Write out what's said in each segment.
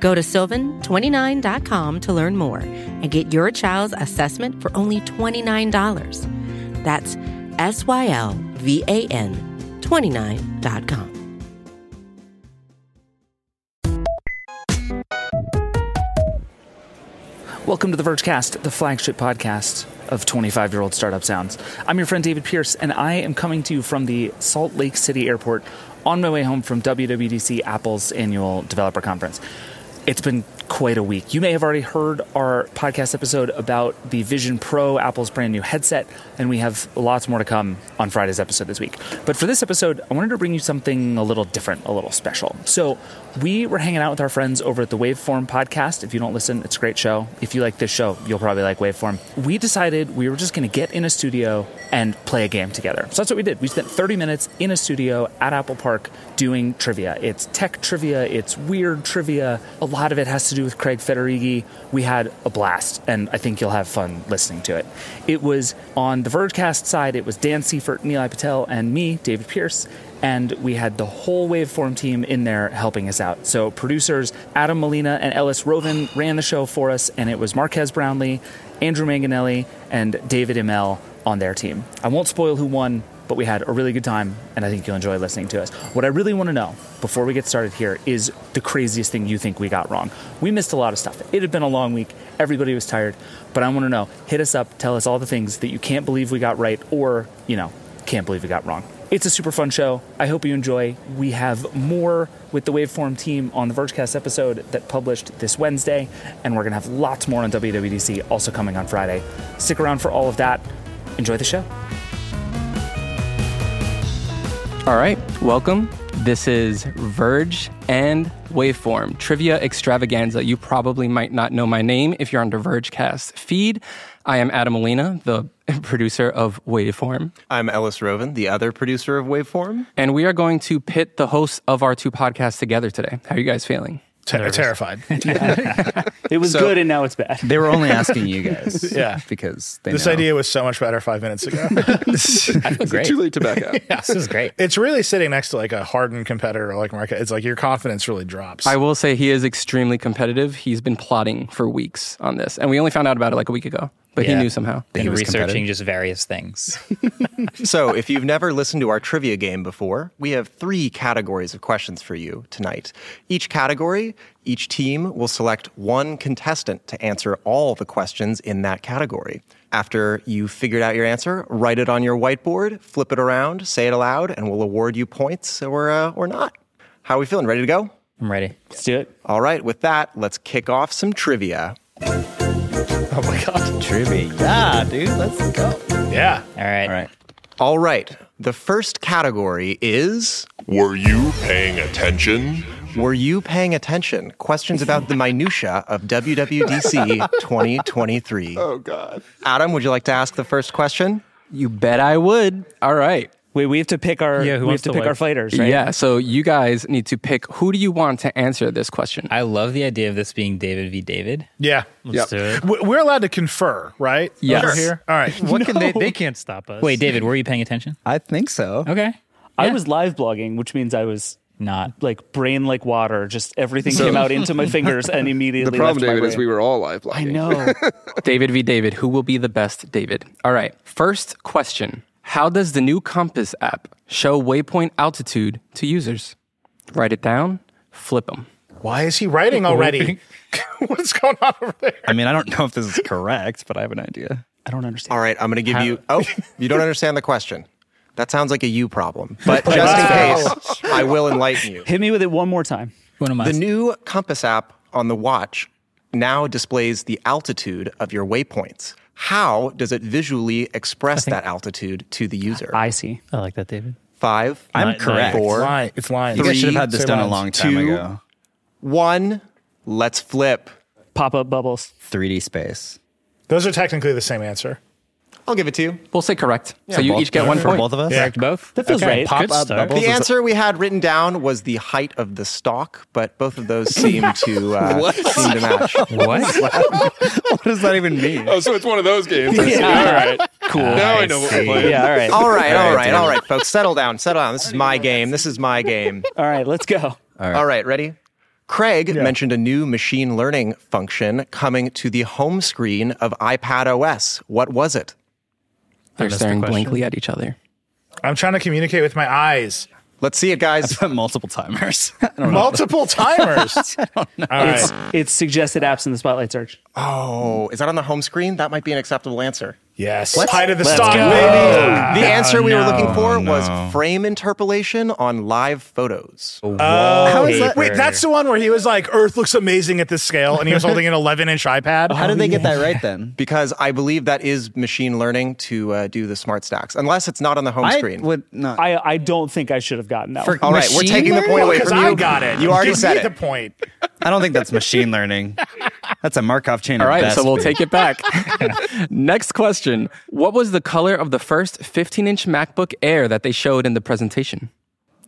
Go to sylvan29.com to learn more and get your child's assessment for only $29. That's S Y L V A N 29.com. Welcome to the Vergecast, the flagship podcast of 25 year old startup sounds. I'm your friend David Pierce, and I am coming to you from the Salt Lake City Airport on my way home from WWDC Apple's annual developer conference. It's been quite a week. You may have already heard our podcast episode about the Vision Pro, Apple's brand new headset, and we have lots more to come on Friday's episode this week. But for this episode, I wanted to bring you something a little different, a little special. So, we were hanging out with our friends over at the Waveform podcast. If you don't listen, it's a great show. If you like this show, you'll probably like Waveform. We decided we were just going to get in a studio and play a game together. So that's what we did. We spent 30 minutes in a studio at Apple Park doing trivia. It's tech trivia, it's weird trivia. A lot of it has to do with Craig Federighi. We had a blast, and I think you'll have fun listening to it. It was on the Vergecast side, it was Dan Seifert, Neil Patel, and me, David Pierce and we had the whole Waveform team in there helping us out. So producers Adam Molina and Ellis Rovin ran the show for us, and it was Marquez Brownlee, Andrew Manganelli, and David Imel on their team. I won't spoil who won, but we had a really good time, and I think you'll enjoy listening to us. What I really want to know before we get started here is the craziest thing you think we got wrong. We missed a lot of stuff. It had been a long week. Everybody was tired, but I want to know. Hit us up. Tell us all the things that you can't believe we got right, or you know, can't believe we got wrong. It's a super fun show. I hope you enjoy. We have more with the Waveform team on the Vergecast episode that published this Wednesday, and we're going to have lots more on WWDC also coming on Friday. Stick around for all of that. Enjoy the show. All right, welcome. This is Verge and Waveform Trivia Extravaganza. You probably might not know my name if you're on the Vergecast feed. I am Adam Molina, the producer of Waveform, I'm Ellis Roven, the other producer of Waveform. and we are going to pit the hosts of our two podcasts together today. How are you guys feeling? Ter- terrified. It was good and now it's bad. They were only asking you guys. Yeah. Because they this know. idea was so much better five minutes ago. I feel great. late to back out. This is great. it's really sitting next to like a hardened competitor like Marquez. It's like your confidence really drops. I will say he is extremely competitive. He's been plotting for weeks on this, and we only found out about it like a week ago, but he Yeah. knew somehow. He and was competitive. researching just various things. so, if you've never listened to our trivia game before, we have three categories of questions for you tonight. Each category, each team will select one contestant to answer all the questions in that category. After you figured out your answer, write it on your whiteboard, flip it around, say it aloud, and we'll award you points or, uh, or not. How are we feeling? Ready to go? I'm ready. Let's do it. All right, with that, let's kick off some trivia. oh my god. Trivia. Yeah, dude. Let's go. Yeah. All right. All right. All right. The first category is Were you paying attention? Were you paying attention? Questions about the minutia of WWDC 2023. Oh god. Adam, would you like to ask the first question? You bet I would. All right. Wait, we have to pick our Yeah, we who have wants to, to pick win? our fighters, right? Yeah, so you guys need to pick who do you want to answer this question? I love the idea of this being David v. David. Yeah. Let's do it. We- We're allowed to confer, right? Yes. Over here. All right. What can they? They can't stop us. Wait, David, were you paying attention? I think so. Okay. I Yeah. was live blogging, which means I was not. like brain like water. Just everything came out into my fingers and immediately. The problem, left my David, is brain. we were all live blogging. I know. David v. David, who will be the best David? All right, first question How does the new Compass app show waypoint altitude to users? Write it down, flip them. Why is he writing already? What's going on over there? I mean, I don't know if this is correct, but I have an idea. I don't understand. All right, I'm going to give you Oh, you don't understand the question. That sounds like a you problem. But just in case, I will enlighten you. Hit me with it one more time. One of my The new compass app on the watch now displays the altitude of your waypoints. How does it visually express that altitude to the user? I see. I like that, David. Five. I'm correct. Four. Lying. It's lying. You guys should have had Say this done a lines. long time two- ago. One. Let's flip. Pop up bubbles. 3D space. Those are technically the same answer. I'll give it to you. We'll say correct. so you each get one for point. both of us. Yeah. Both? That feels right. Pop up bubbles. The is- answer we had written down was the height of the stalk, but both of those seem to uh, seem to match. What? What does that even mean? Oh, so it's one of those games. I see. All right. Cool. Now I, know what we're playing. Yeah, all right. All right, all right, all right, folks, settle down, settle down. This is my game. This is my game. All right, let's go. All right, ready? Craig mentioned a new machine learning function coming to the home screen of iPad OS. What was it? They're That's the staring question. blankly at each other. I'm trying to communicate with my eyes. Let's see it, guys. Multiple timers. Multiple timers. All right. It's suggested apps in the spotlight search. Oh, is that on the home screen? That might be an acceptable answer. Yes. Height of the stalk, go. baby. The answer we were looking for was frame interpolation on live photos. How is that? Wait, that's the one where he was like, Earth looks amazing at this scale, and he was holding an 11 inch iPad. How did they get that right then? Because I believe that is machine learning to uh, do the smart stacks, unless it's not on the home I screen. would not. I, I don't think I should have gotten that. For- one. All right, we're Machine taking the learning? point away Because from you. Oh, I got it. You already Give said me it. the point. I don't think that's machine learning. That's a Markov chain. All right, so we'll take it back. Next question. What was the color of the first 15 inch MacBook Air that they showed in the presentation?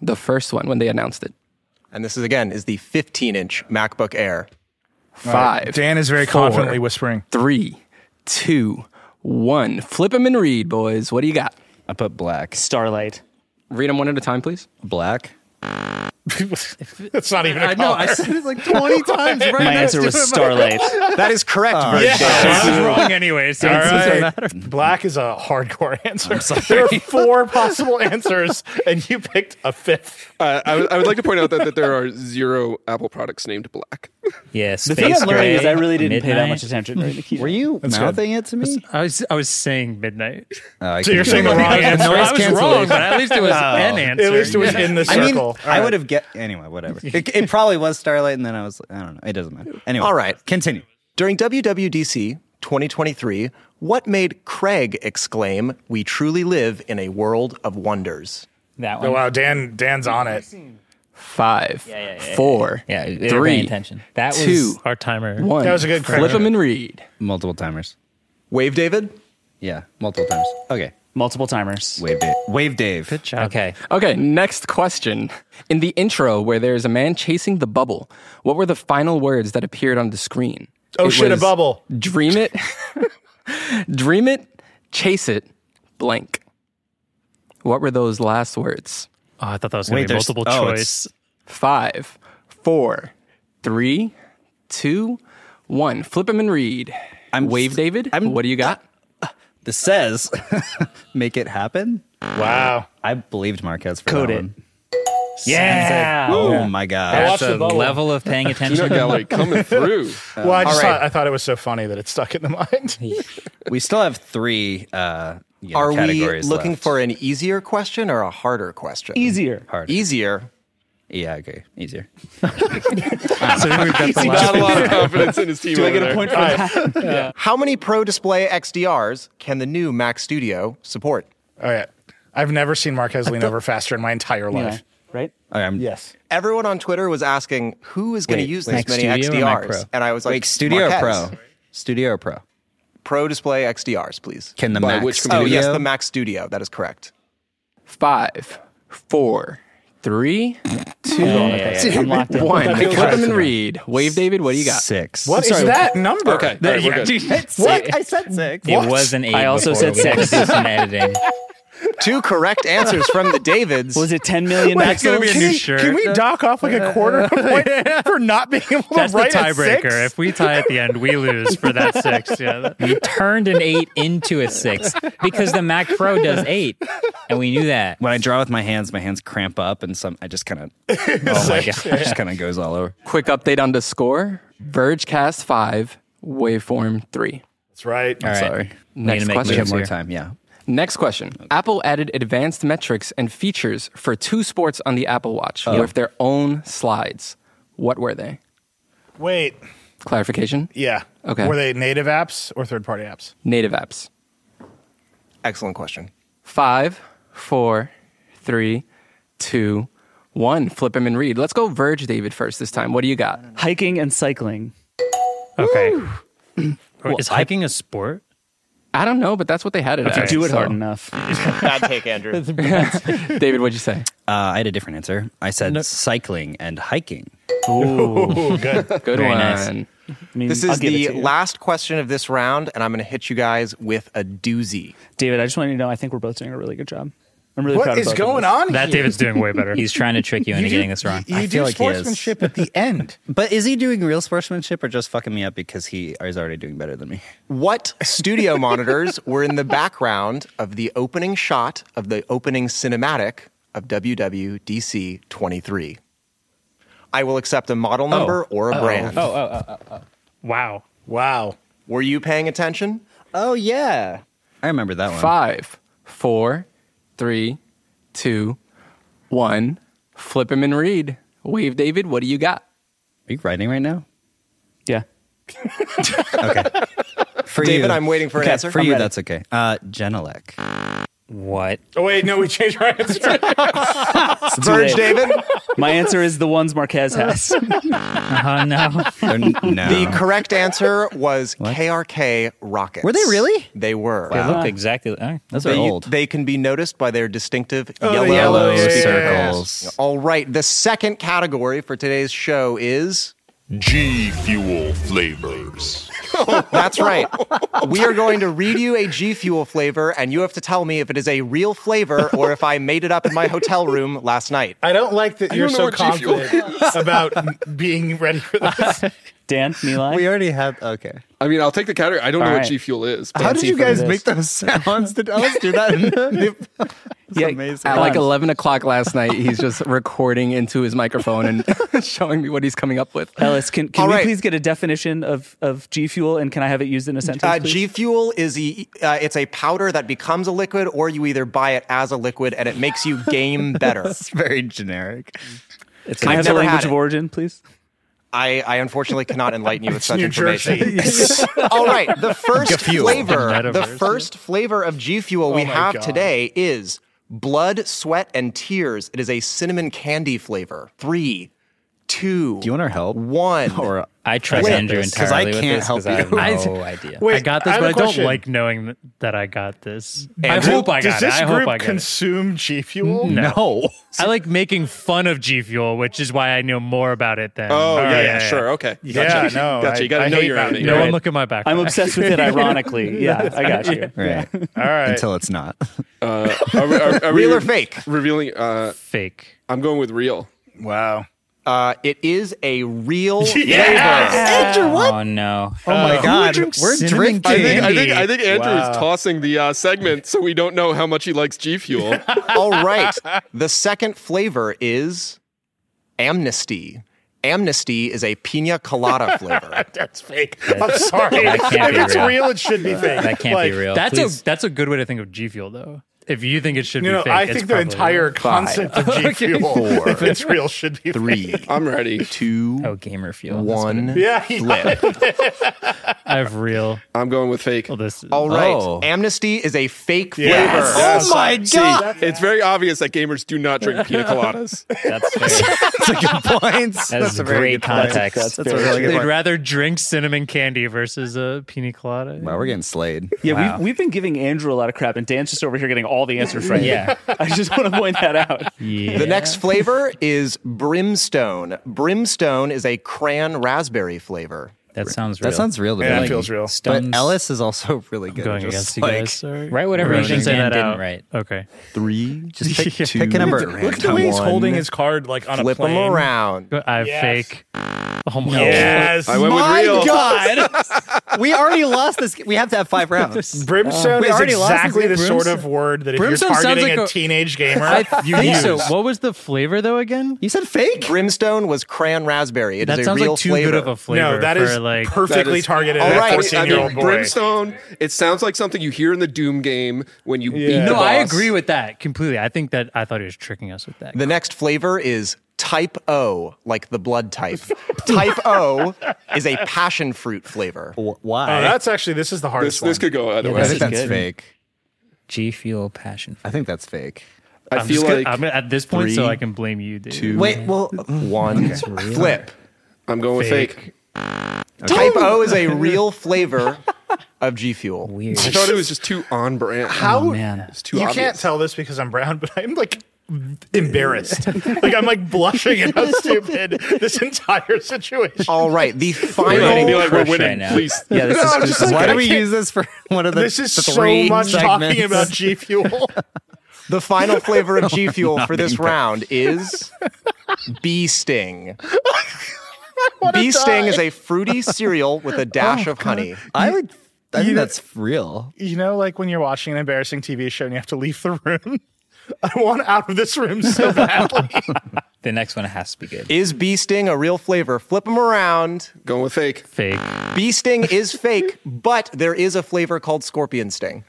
The first one when they announced it. And this is again is the 15 inch MacBook Air. Five. Dan is very four, confidently whispering. Three, two, one. Flip them and read, boys. What do you got? I put black. Starlight. Read them one at a time, please. Black. That's not even a call. said it like twenty times. Right My answer was Starlight. Uh, That is correct. Virgil. Yeah, I was wrong. anyway, so All it's- right. Black is a hardcore answer. There are four possible answers, and you picked a fifth. Uh, I, would- I would like to point out that, that there are zero Apple products named Black. yeah, The thing space I'm learning gray, is I really didn't pay that midnight. much attention during the keynote. Were you mouthing it to me? I was I was saying midnight. Oh, I So you're saying couldn't do the it. wrong answer. I was wrong, but at least it was Oh. an answer. At least it was in the I mean, circle. I would have get anyway. Whatever. It, it probably was Starlight, and then I was. I don't know. It doesn't matter. Anyway. All right. Continue. During WWDC 2023, what made Craig exclaim, "We truly live in a world of wonders"? that one. Oh, wow, Dan, Dan's on it. Five, four, Yeah, they were three, paying attention. That was two, our timer. one. That was a good Flip correction. them and read. Multiple timers. Wave David. Yeah, multiple times. Okay. Multiple timers. Wave Dave. Wave Dave. Good job. Okay. Okay, next question. In the intro, where there is a man chasing the bubble, what were the final words that appeared on the screen? Oh It shit, a was, bubble. Dream it, dream it, chase it, blank. What were those last words? Oh, I thought that was Wait, going to be there's- multiple oh, choice. Five, four, three, two, one. Flip him and read. I'm Wave st- David. I'm- what do you got? This says, make it happen. Wow. I believed Marquez for Code that it. one. Yeah. Oh my I god. watched the bubble. Level of paying Peanut attention. Gallery coming through. well, I just all right. thought, I thought it was so funny that it stuck in the mind. We still have three uh you know, Are we categories looking left. for an easier question or a harder question? Easier. Easier. Yeah, okay. Easier. Not a lot of confidence in his team. Do I get a point? How many Pro Display XDRs can the new Mac Studio support? All right. I've never seen Marquez lean over faster in my entire Yeah. life. Right? Okay, I'm Yes. Everyone on Twitter was asking who is going to Wait, use Mac this many Studio or Mac XDRs, Pro? and I was like, like Studio or Pro. Marquez, Studio or Pro. Pro Display XDRs, please. Can the By Mac which Studio? Oh yes, the Mac Studio. That is correct. Five, four, three, two, I'm locked in. one. Flip right. him and read. Wave David. What do you got? Six. What is that number? Okay. All right, we're good. What? I said six. It was an eight. I also before said we sex. did some editing. Two correct answers from the Davids. Was it 10 million Wait, pixels? can, we, can we dock off like a quarter point for not being able to That's the write a six? tiebreaker. If we tie at the end, we lose for that six. Yeah. You turned an eight into a six because the Mac Pro does eight, and we knew that. When I draw with my hands, my hands cramp up and some I just kinda Oh my god. just kinda goes all over. Quick update on the score. Vergecast 5, Waveform 3. That's right. I'm sorry. We need to make question. We have moves more here. time, yeah. Next question. Apple added advanced metrics and features for two sports on the Apple Watch with their own slides. What were they? Wait. Clarification? Yeah. Okay. Were they native apps or third party apps? Native apps. Excellent question. Five, four, three, two, one. Flip him and read. Let's go Verge David first this time. What do you got? Hiking and cycling. Okay. Or is hiking a sport? I don't know, but that's what they had it If you as, do it so- hard enough. Bad take, Andrew. David, what'd you say? Uh, I had a different answer. I said cycling and hiking. Ooh, good. Good Very one. nice. this I'll is give it the to you. last question of this round, and I'm going to hit you guys with a doozy. David, I just want you to know I think we're both doing a really good job. I'm really What proud is of both going of us. on That here? David's doing way better. He's trying to trick you into getting this wrong. You do like he is. sportsmanship at the end. But is he doing real sportsmanship or just fucking me up because he is already doing better than me? What studio monitors were in the background of the opening shot of the opening cinematic of WWDC 23? I will accept a model Oh. number or a brand. Wow. oh. Wow. Were you paying attention? Oh yeah, I remember that one. Five, four, three, two, one. Flip him and read. Wave, David. What do you got? Are you writing right now? Yeah. For David, you. I'm waiting for an Okay, answer. For I'm you, ready. that's okay. Uh, Genelec. What? Oh, wait, no, we changed our answer. It's too Verge, late. David. My answer is the ones Marquez has. Oh no. They're n- no. The correct answer was KRK Rockets. Were they really? They were. They look exactly. all right. Those are They, old. they can be noticed by their distinctive Oh, the yellow, yellow, yeah, speakers. yeah, circles. All right. The second category for today's show is G Fuel flavors. that's right. We are going to read you a G Fuel flavor, and you have to tell me if it is a real flavor or if I made it up in my hotel room last night. I don't like that you're don't know so what G Fuel confident about m- being ready for this. Dan, Milan. We already had. Okay. I mean, I'll take the category. I don't know All what right. G Fuel is. How did you guys make those sounds? Did Alice do that? yeah, amazing. At like 11 o'clock last night, he's just recording into his microphone and showing me what he's coming up with. Ellis, can, can All we right. please get a definition of, of G Fuel and can I have it used in a sentence? Uh, please? G Fuel is a, uh, it's a powder that becomes a liquid, or you either buy it as a liquid, and it makes you game better. It's very generic. It's can I have the never had language of it. origin, please? I, I unfortunately cannot enlighten you with such New information. All right, the first flavor, the first flavor of G Fuel we my have God. today is blood, sweat, and tears. It is a cinnamon candy flavor. Three, two, Do you want our help? one. Or I trust Wait, Andrew 'cause entirely I with can't this because I have help no you. idea. Wait, I got this, have but a I don't question. like knowing th- that I got this. Andrew? I hope I Does got it. this I group hope I got consume G Fuel? it. No. no. I like making fun of G Fuel, which is why I know more about it than. Oh, All yeah, right, yeah, sure. Okay. Yeah, Gotcha. no, Gotcha. You I- got I to know hate your that. enemy. No right? one look at my back. I'm obsessed with it ironically. Yeah, I got you. Right. All right. Until it's not. Uh, are we, are, are we Real or fake? Revealing. Uh, Fake. I'm going with real. wow. Uh, it is a real flavor. Andrew, Oh no. Oh my God. drinks We're cinnamon drinking. I think, I think Andy. I think Andrew Wow. is tossing the uh, segment, so we don't know how much he likes G Fuel. All right, the second flavor is amnesty. Amnesty is a pina colada flavor. That's fake. I'm sorry. that can't if be it's real. real, it should be fake. That can't Like, be real. That's Please. a that's a good way to think of G Fuel though. If you think it should No, be no, fake, I it's think the probably entire not. concept of G Fuel, if it's real, should be Three, Fake. I'm ready. two, oh gamer fuel. That's what one. it is. Yeah, yeah. I have real. I'm going with fake. Well, this is, All right. Oh. Amnesty is a fake flavor. Yes. Yes. my See, it's very obvious that gamers do not drink pina coladas. That's fair. points. That's great context. That's, a very really true. good they'd point. rather drink cinnamon candy versus a pina colada. Wow, we're getting slayed. Yeah, Wow. we've, we've been giving Andrew a lot of crap, and Dan's just over here getting all the answers right. Yeah. I just want to point that out. Yeah. The next flavor is brimstone. Brimstone is a cran raspberry flavor. That sounds real. That sounds real to me. Yeah, it feels real. But Stones. Ellis is also really good. going at just, against you like, guys. Sorry. Write whatever Or you you should think say Dan that didn't out. write. Okay. Three. Just pick, Yeah. pick a number. at Look at the random. way he's holding One. his card like on a Flip plane. them around. I have Yes. fake. Oh my Yes. I went with My real. God. we already lost this. We have to have five rounds. Brimstone we is already lost exactly the this game. sort of word that if Brimstone you're sounds targeting like a, a- teenage gamer, you think use. so. What was the flavor though again? You said fake? Brimstone was cran raspberry. It is that a sounds real like too flavor. good of a flavor. No, that for, is like That perfectly is- targeted All at right. a I mean- I 14 year mean, old boy. brimstone. It sounds like something you hear in the Doom game when you beat. the No, I boss. agree with that completely. I think that I thought he was tricking us with that. the next flavor is type O, like the blood type. type O is a passion fruit flavor. Wh- Why? Oh, that's actually this is the This, hardest this one. could go either Yeah, way. I this think is that's good. fake. G Fuel passion. I think that's fake. I I'm feel just gonna- like I'm gonna, at this point, so three, I can blame you, dude. Wait, well, One flip. I'm going with fake. Type O is a real flavor. of G Fuel. Weird. I thought it was just too on brand. How Oh, It's too you can't obvious. tell this because I'm brown, but I'm like embarrassed. like I'm like blushing at how stupid this entire situation. All right, the final. getting Be like, we're crushed winning, right now. please. Yeah, this is- I'm just this is like, why I do we can't- use this for one of the This is so three much talking segments? about G Fuel. The final flavor of G Fuel not for this even. round is bee sting. wanna Bee sting die. Oh, is a fruity cereal with a dash of honey. I would. I You- think that's real. you know, like when you're watching an embarrassing TV show and you have to leave the room. I want out of this room so badly. The next one has to be good. Is bee sting a real flavor? Flip them around. Going with fake. Fake. Bee sting is fake, but there is a flavor called scorpion sting.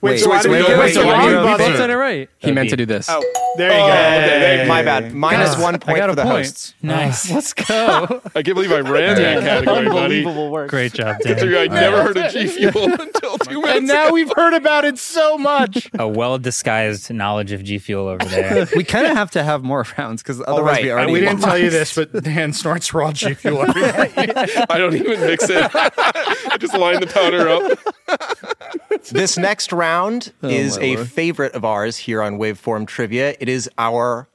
Wait, so wait, I didn't wait, get wait, what's the wait, wrong wait, wait, Oh, buzzer. said it right. He meant to do this. There you go. My bad. Minus one point for the hosts. Nice. Let's go. I can't believe I ran that category, buddy. Unbelievable work. Great job, Dan. Dude, I'd never heard of G Fuel until two minutes. And now we've heard about it so much. A well disguised knowledge of G Fuel over there. We kind of have to have more rounds because otherwise right. we Uh, already. we didn't tell you this, but Dan snorts raw G Fuel every night. I don't even mix it. I just line the powder up. This next round Oh, is my a lord. favorite of ours here on Waveform Trivia. It is our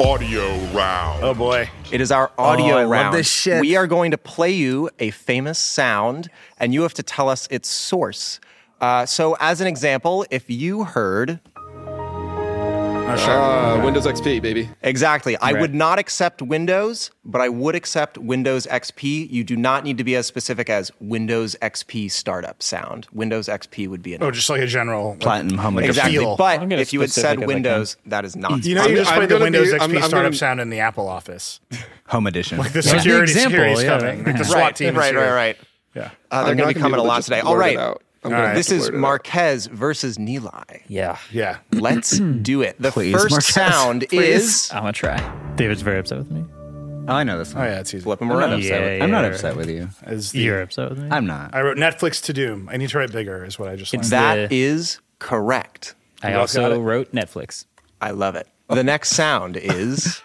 Audio round. Uh, Oh boy. It is our audio I love round. this shit. We are going to play you a famous sound, and you have to tell us its source. Uh, so, as an example, if you heard Oh, Uh, Windows XP, baby. exactly, I would not accept Windows, but I would accept Windows XP. You do not need to be as specific as Windows XP startup sound. Windows XP would be Oh, enough. just like a general. Platinum home exactly. feel. But I'm gonna if you had specific said as I can. Windows, that is not. You know, I'm- you just I'm played the gonna be- Windows XP I'm- I'm startup gonna- sound in the Apple office. home edition. The security, example, security's yeah. coming. Like the SWAT right, team is right, here. right, right. Yeah. Uh, they're I'm going not to be coming a able to lot just today. blurt All it right. out. I'm All gonna right. have This to is blurt it out. Marquez versus Neli. Yeah. Yeah. Let's do it. The Please, first Marquez, sound is. I'm gonna try. David's very upset with me. Oh, I know this. Oh, One. yeah, it's easy. Flip them around. upset with- I'm not Yeah. upset with you. Is the- You're upset with me. I'm not. I wrote Netflix to Doom. I need to write bigger, is what I just learned. That is the- correct. I both got also it? wrote Netflix. I love it. The next sound is.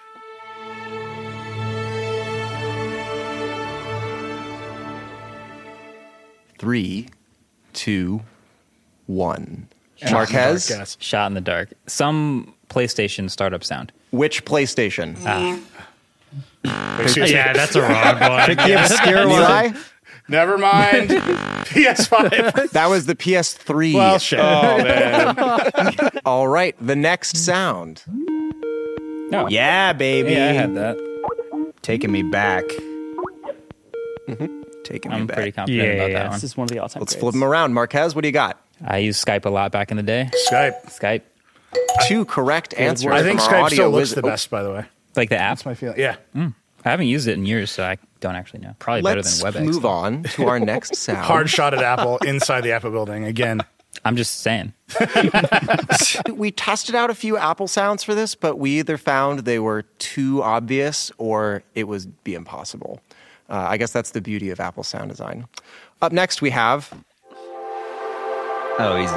Three, two, one. Marquez, Yes. Shot in the dark. Some PlayStation startup sound. which PlayStation? Ah. Excuse me. Yeah, that's a wrong one. The obscure one. Eli? Never mind. PS5. That was the PS3. Well, shit. All right, the next sound. No. Yeah, baby. Yeah, I had that. Taking me back. Taking me I'm back. pretty confident Yeah, about yeah, that This is one of the all-time. Let's greats. flip them around. Marquez, what do you got? one. I used Skype a lot back in the day. Skype. Skype. Two correct answers. I think from our Skype audio still looks wizard. the best, by the way. Like the app. My feeling. Yeah. I haven't used it in years, so I don't actually know. Probably Let's better than WebEx. move on to our next sound. Hard shot at Apple inside the Apple building again. I'm just saying. We tested out a few Apple sounds for this, but we either found they were too obvious or it would be impossible. Uh, I guess that's the beauty of Apple sound design. Up next, we have Oh, easy.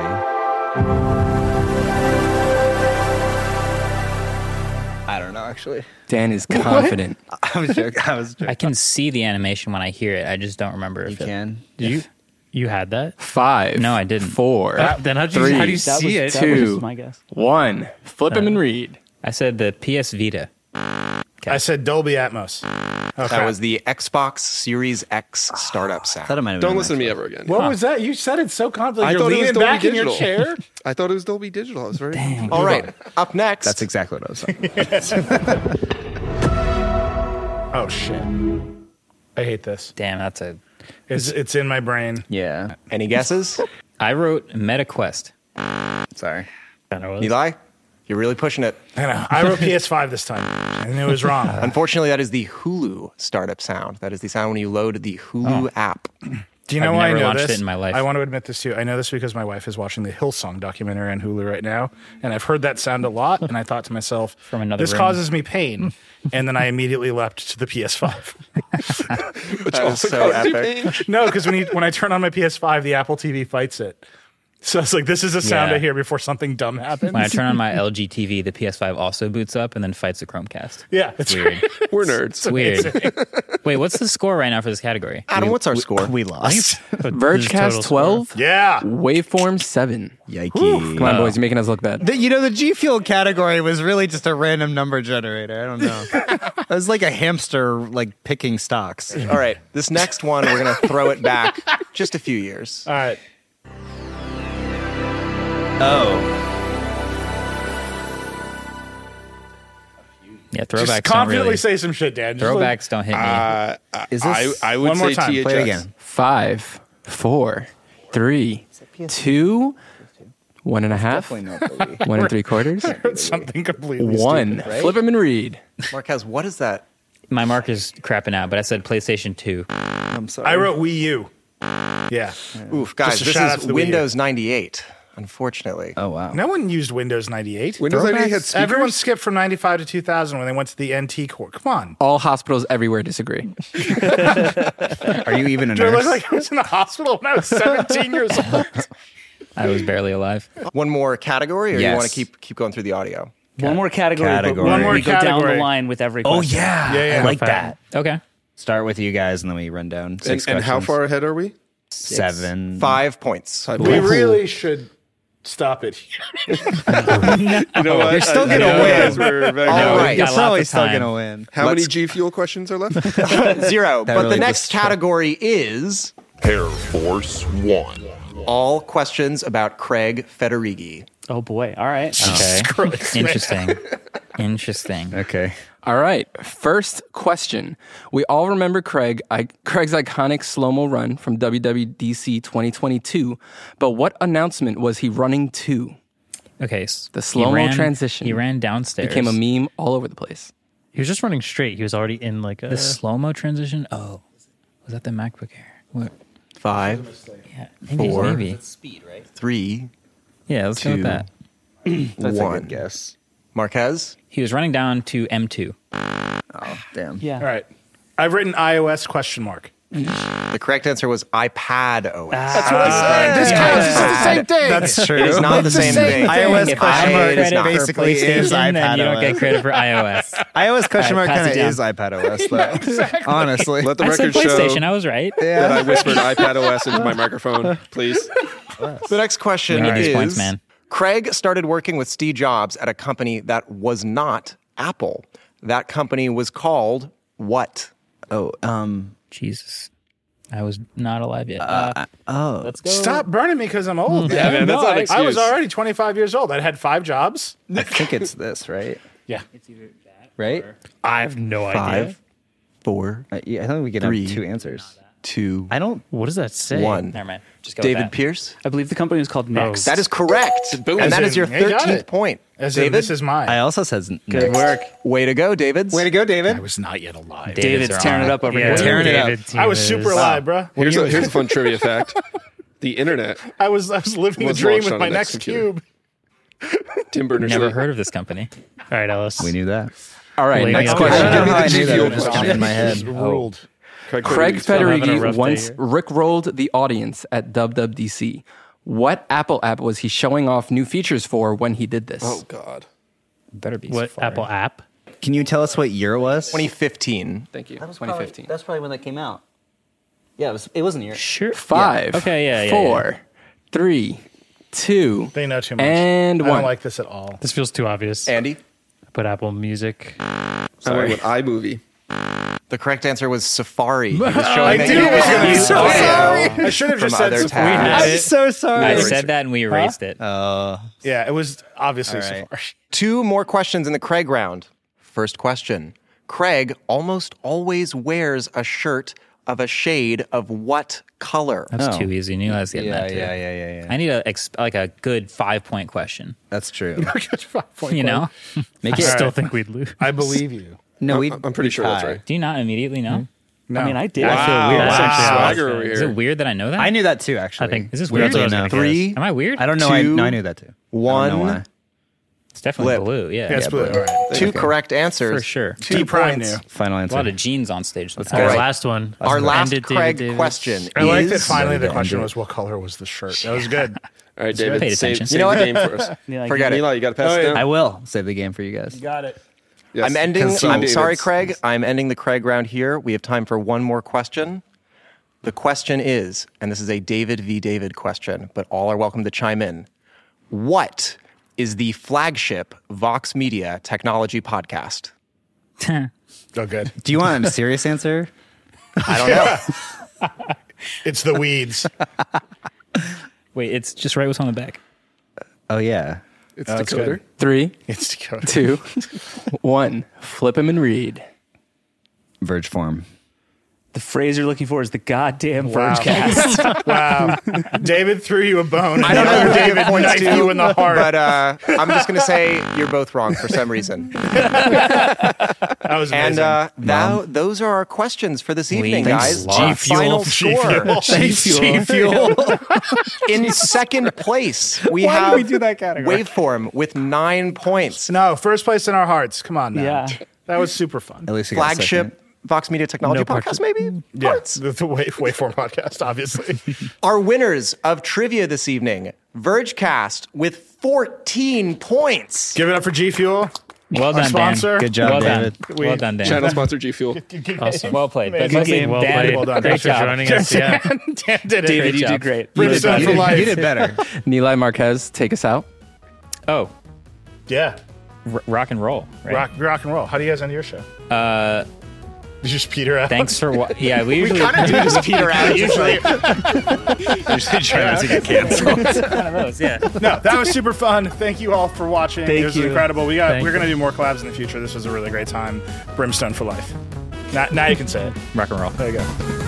I don't know, actually. Dan is confident. I was joking. I was joking. I can see the animation when I hear it. I just don't remember You if it- can. you you had that? Five. No, I didn't. Four. That- then how do you, Three, how do you That see was, it? that was Two. just my guess. One. Flip him and read. I said the PS Vita. I said Dolby Atmos. Okay. that was the Xbox Series X startup I thought sound. it might have Don't been listen to my me ever again. what was that? You said it so confidently. I You're thought it was leaning Dolby back in your Digital. chair. I thought it was Dolby Digital. I was very. All right, up next. That's exactly what I was saying. Oh shit. I hate this. Damn, that's a. It's it's in my brain. yeah. Any guesses? I wrote MetaQuest. Sorry. Eli, you're really pushing it. I know. I wrote PS5 this time. I knew it was wrong. Unfortunately, that is the Hulu startup sound. That is the sound when you load the Hulu app. Do you know I've why I never know watched this? it in my life. I want to admit this to you. I know this because my wife is watching the Hillsong documentary on Hulu right now, and I've heard that sound a lot. And I thought to myself, From another this room. causes me pain. and then I immediately leapt to the PS5. Which also so caused you epic. pain. no, because when you, when I turn on my PS5, the Apple TV fights it. So it's like this is a sound Yeah. I hear before something dumb happens. When I turn on my LG TV, the PS5 also boots up and then fights the Chromecast. Yeah, it's weird. We're nerds. It's weird. Wait, what's the score right now for this category? Adam, what's our score? We lost. Vergecast 12? Yeah. Waveform 7. Yikes. Come on, boys. You're making us look bad. The, you know, the G Fuel category was really just a random number generator. I don't know. it was like a hamster, like picking stocks. All right, this next one we're gonna throw it back just a few years. All right. Oh, Yeah, throwbacks. Just don't confidently really- say some shit, Dan. Just like- Throwbacks don't hit me. Uh, Is I, this- I would One more say time, THX. play it again. Five, four, three, two, one and a half, one and three quarters, something completely one. stupid, right? Flip him and read. Marquez, what is that? My marker's crapping out, but I said PlayStation 2. I'm sorry. I wrote Wii U. Yeah. Oof, guys, Just a this shout out to is the Wii U. Windows 98, unfortunately. Oh wow. No one used Windows 98. Windows 98 had Throwbacks? Everyone skipped from 95 to 2000 when they went to the NT core. Come on. Oh, All hospitals everywhere disagree. Are you even a Do I look like I was in the hospital when I was 17 years old? I was barely alive. One more category, or you Yes. want to keep keep going through the audio? One more category. Category. But One we more go down category. the line with every. Oh question. yeah, I like that. Okay. Start with you guys, and then we run down six And, and how questions. far ahead are we? Seven. Mm. Five points. We really should stop it here. You Oh, know what? You're still gonna I- I win. realize we're very- All You're right. You're lots probably of still time. going to win. How many Let's- G Fuel questions are left? Zero. but really the next category is Air Force One. all questions about Craig Federighi. Oh boy. All right. Okay. Interesting. Interesting. Okay. All right. First question. We all remember Craig, I, Craig's iconic slow-mo run from WWDC 2022, but what announcement was he running to? Okay. s- The he slow-mo ran- transition. He ran downstairs. Became a meme all over the place. He was just running straight. He was already in like a. The slow mo transition? Oh. Was that the MacBook Air? What? Five, Yeah. Maybe. Four. maybe. three, Yeah, let's go Two. with that. That's one. a good guess. Marquez, He was running down to M2. Oh damn. Yeah. All right. I've written iOS question mark. the correct answer was iPad OS. Ah. This counts. It's the same thing. That's true. It is not the same thing. iOS If question I get mark credit for basically is PlayStation, then iPad you don't get OS. credit for iOS. iOS question All mark right, pass kind it of down. is iPad OS, though. Honestly. Let the I said record PlayStation. show I was right. that I whispered iPad OS into my microphone, please. The next question We need is these points, man. Craig started working with Steve Jobs at a company that was not Apple. That company was called what? Oh um. Jesus. I was not alive yet. Uh, Oh. let's go. Stop burning me because I'm old. Mm-hmm. Yeah, man, that's not an I was excuse. already 25 years old. I'd had five jobs. I think it's this, right? Yeah. Right? I have no idea. Five, four, Uh, yeah, I think we can Three. have two answers. two, I don't. What does that say? one. Never mind. Just go David with that. Pierce? I believe the company was called Next. That is correct. Boom. And that As is your in, you got 13th it. point. As in, David, this is mine. I also says good next. work. way to go, David. Way to go, David. was not yet alive. David's David's are tearing on. it up over Yeah, here. Tearing it up. David team I was is- super alive, bruh. Here's a, here's a fun trivia fact. The internet, I was I was living the Was dream launched with on my the next next computer. cube. Tim Berners-Lee. Never heard of this company. All right, Ellis. We knew that. All right. Lay Next down. question. I don't know how I Give me knew that. the G It Fuel just jumped in my head. Ruled. Craig still having a rough Federighi day once here. rickrolled the audience at WWDC. What Apple app was he showing off new features for when he did this? Oh God. Better be What Safari. Apple app? Oh. Can you tell us what year it was? 2015. Thank you. probably- 2015. that's probably when that came out. Yeah, it, was, it wasn't your. Sure. Five. Yeah. Okay. Yeah. yeah, four, three, two, They know too much. And I one. don't like this at all. This feels too obvious. Andy, I put Apple Music. I went with iMovie. the correct answer was Safari. He was showing I that knew you it was could gonna be use so audio sorry. I should have from just said other Safari. tabs. I'm so sorry. I said that and we erased it. Yeah, it was obviously All right. Safari. Two more questions in the Craig round. First question Craig almost always wears a shirt of a shade of what color? That's too easy. Knew I was getting Yeah, that too. yeah, yeah, yeah, yeah. I need a ex- like a good five point question. That's true. you know? Make I it. still think we'd lose. I believe you. No, we. I'm pretty sure that's right. Do you not immediately know? I mean, I did. Wow. Ah, That's actually how I Swagger over Is it here. weird that Oh. I know that? I knew that too, actually. I think. Is this weird? Weirdly That's what I was gonna Three, Am I weird? I don't know. I, Two, no, I knew that too. One. know why. It's definitely Flip. blue. Yeah. Yeah, it's blue. All right. Two correct answers. For sure. Two D prime points. knew. Final A lot answer. of jeans on stage. Let's All Our right. last one. Our last Ended David Craig Davis. question I like that is finally the Yeah, question Andrew. was what color was the shirt. That was good. All All right, Should I David, paid save, attention. save the game for us. Forget it. Eli, you got to pass it Oh, down. I will save the game for you guys. got it. Yes, I'm ending. concede. I'm sorry, David's- Craig. I'm ending the Craig round here. We have time for one more question. The question is, and this is a David v. David question, but all are welcome to chime in. What is the flagship Vox Media technology podcast? Oh, good. Do you want a serious answer? I don't know. it's the weeds. Wait, it's just right what's on the back. Oh yeah. It's Oh, that's Decoder. good. Three. It's Decoder. Two. one. Flip him and read. Verge form. The phrase you're looking for is the goddamn Wow. Vergecast. wow. David threw you a bone. I don't know who David David points knifed to, you in the heart. but uh, I'm just going to say you're both wrong for some reason. that was And amazing. uh, thou, those are our questions for this evening, Thanks guys. lots. Our G-Fuel. Final G-Fuel. score. Thanks, G-Fuel. In second place, we Why did have we do that category? Waveform with nine points. No, first place in our hearts. Come on now. Yeah. That was super fun. At least flagship Vox Media Technology No part- Podcast, maybe. Yeah, the, the wave, waveform podcast, obviously. Our winners of trivia this evening: VergeCast with 14 points. Give it up for G Fuel. Well Our done, Dan. sponsor. Good job, Well done. David. We- Well done, Dan. Channel sponsor, G Fuel. Awesome. Well played. Amazing. But mostly Well Dan, played. Well done. Great Thanks for job. joining us. Yeah. Dan did it. David, Great you job. did great. You did Brimstone better. for You did- life. you did better. Nilay Marquez, take us out. Oh, Yeah. r- rock and roll. Right? Rock, rock and roll. How do you guys end your show? Uh, you just peter out. Thanks for wa- yeah. We We usually kinda do just peter out. Usually- Usually try not to get canceled. One of those, yeah. no, that was super fun. Thank you all for watching. Thank it was you. incredible. We got Thank we're gonna you. do more collabs in the future. This was a really great time. Brimstone for life. Now, now you can say it. Rock and roll. There you go.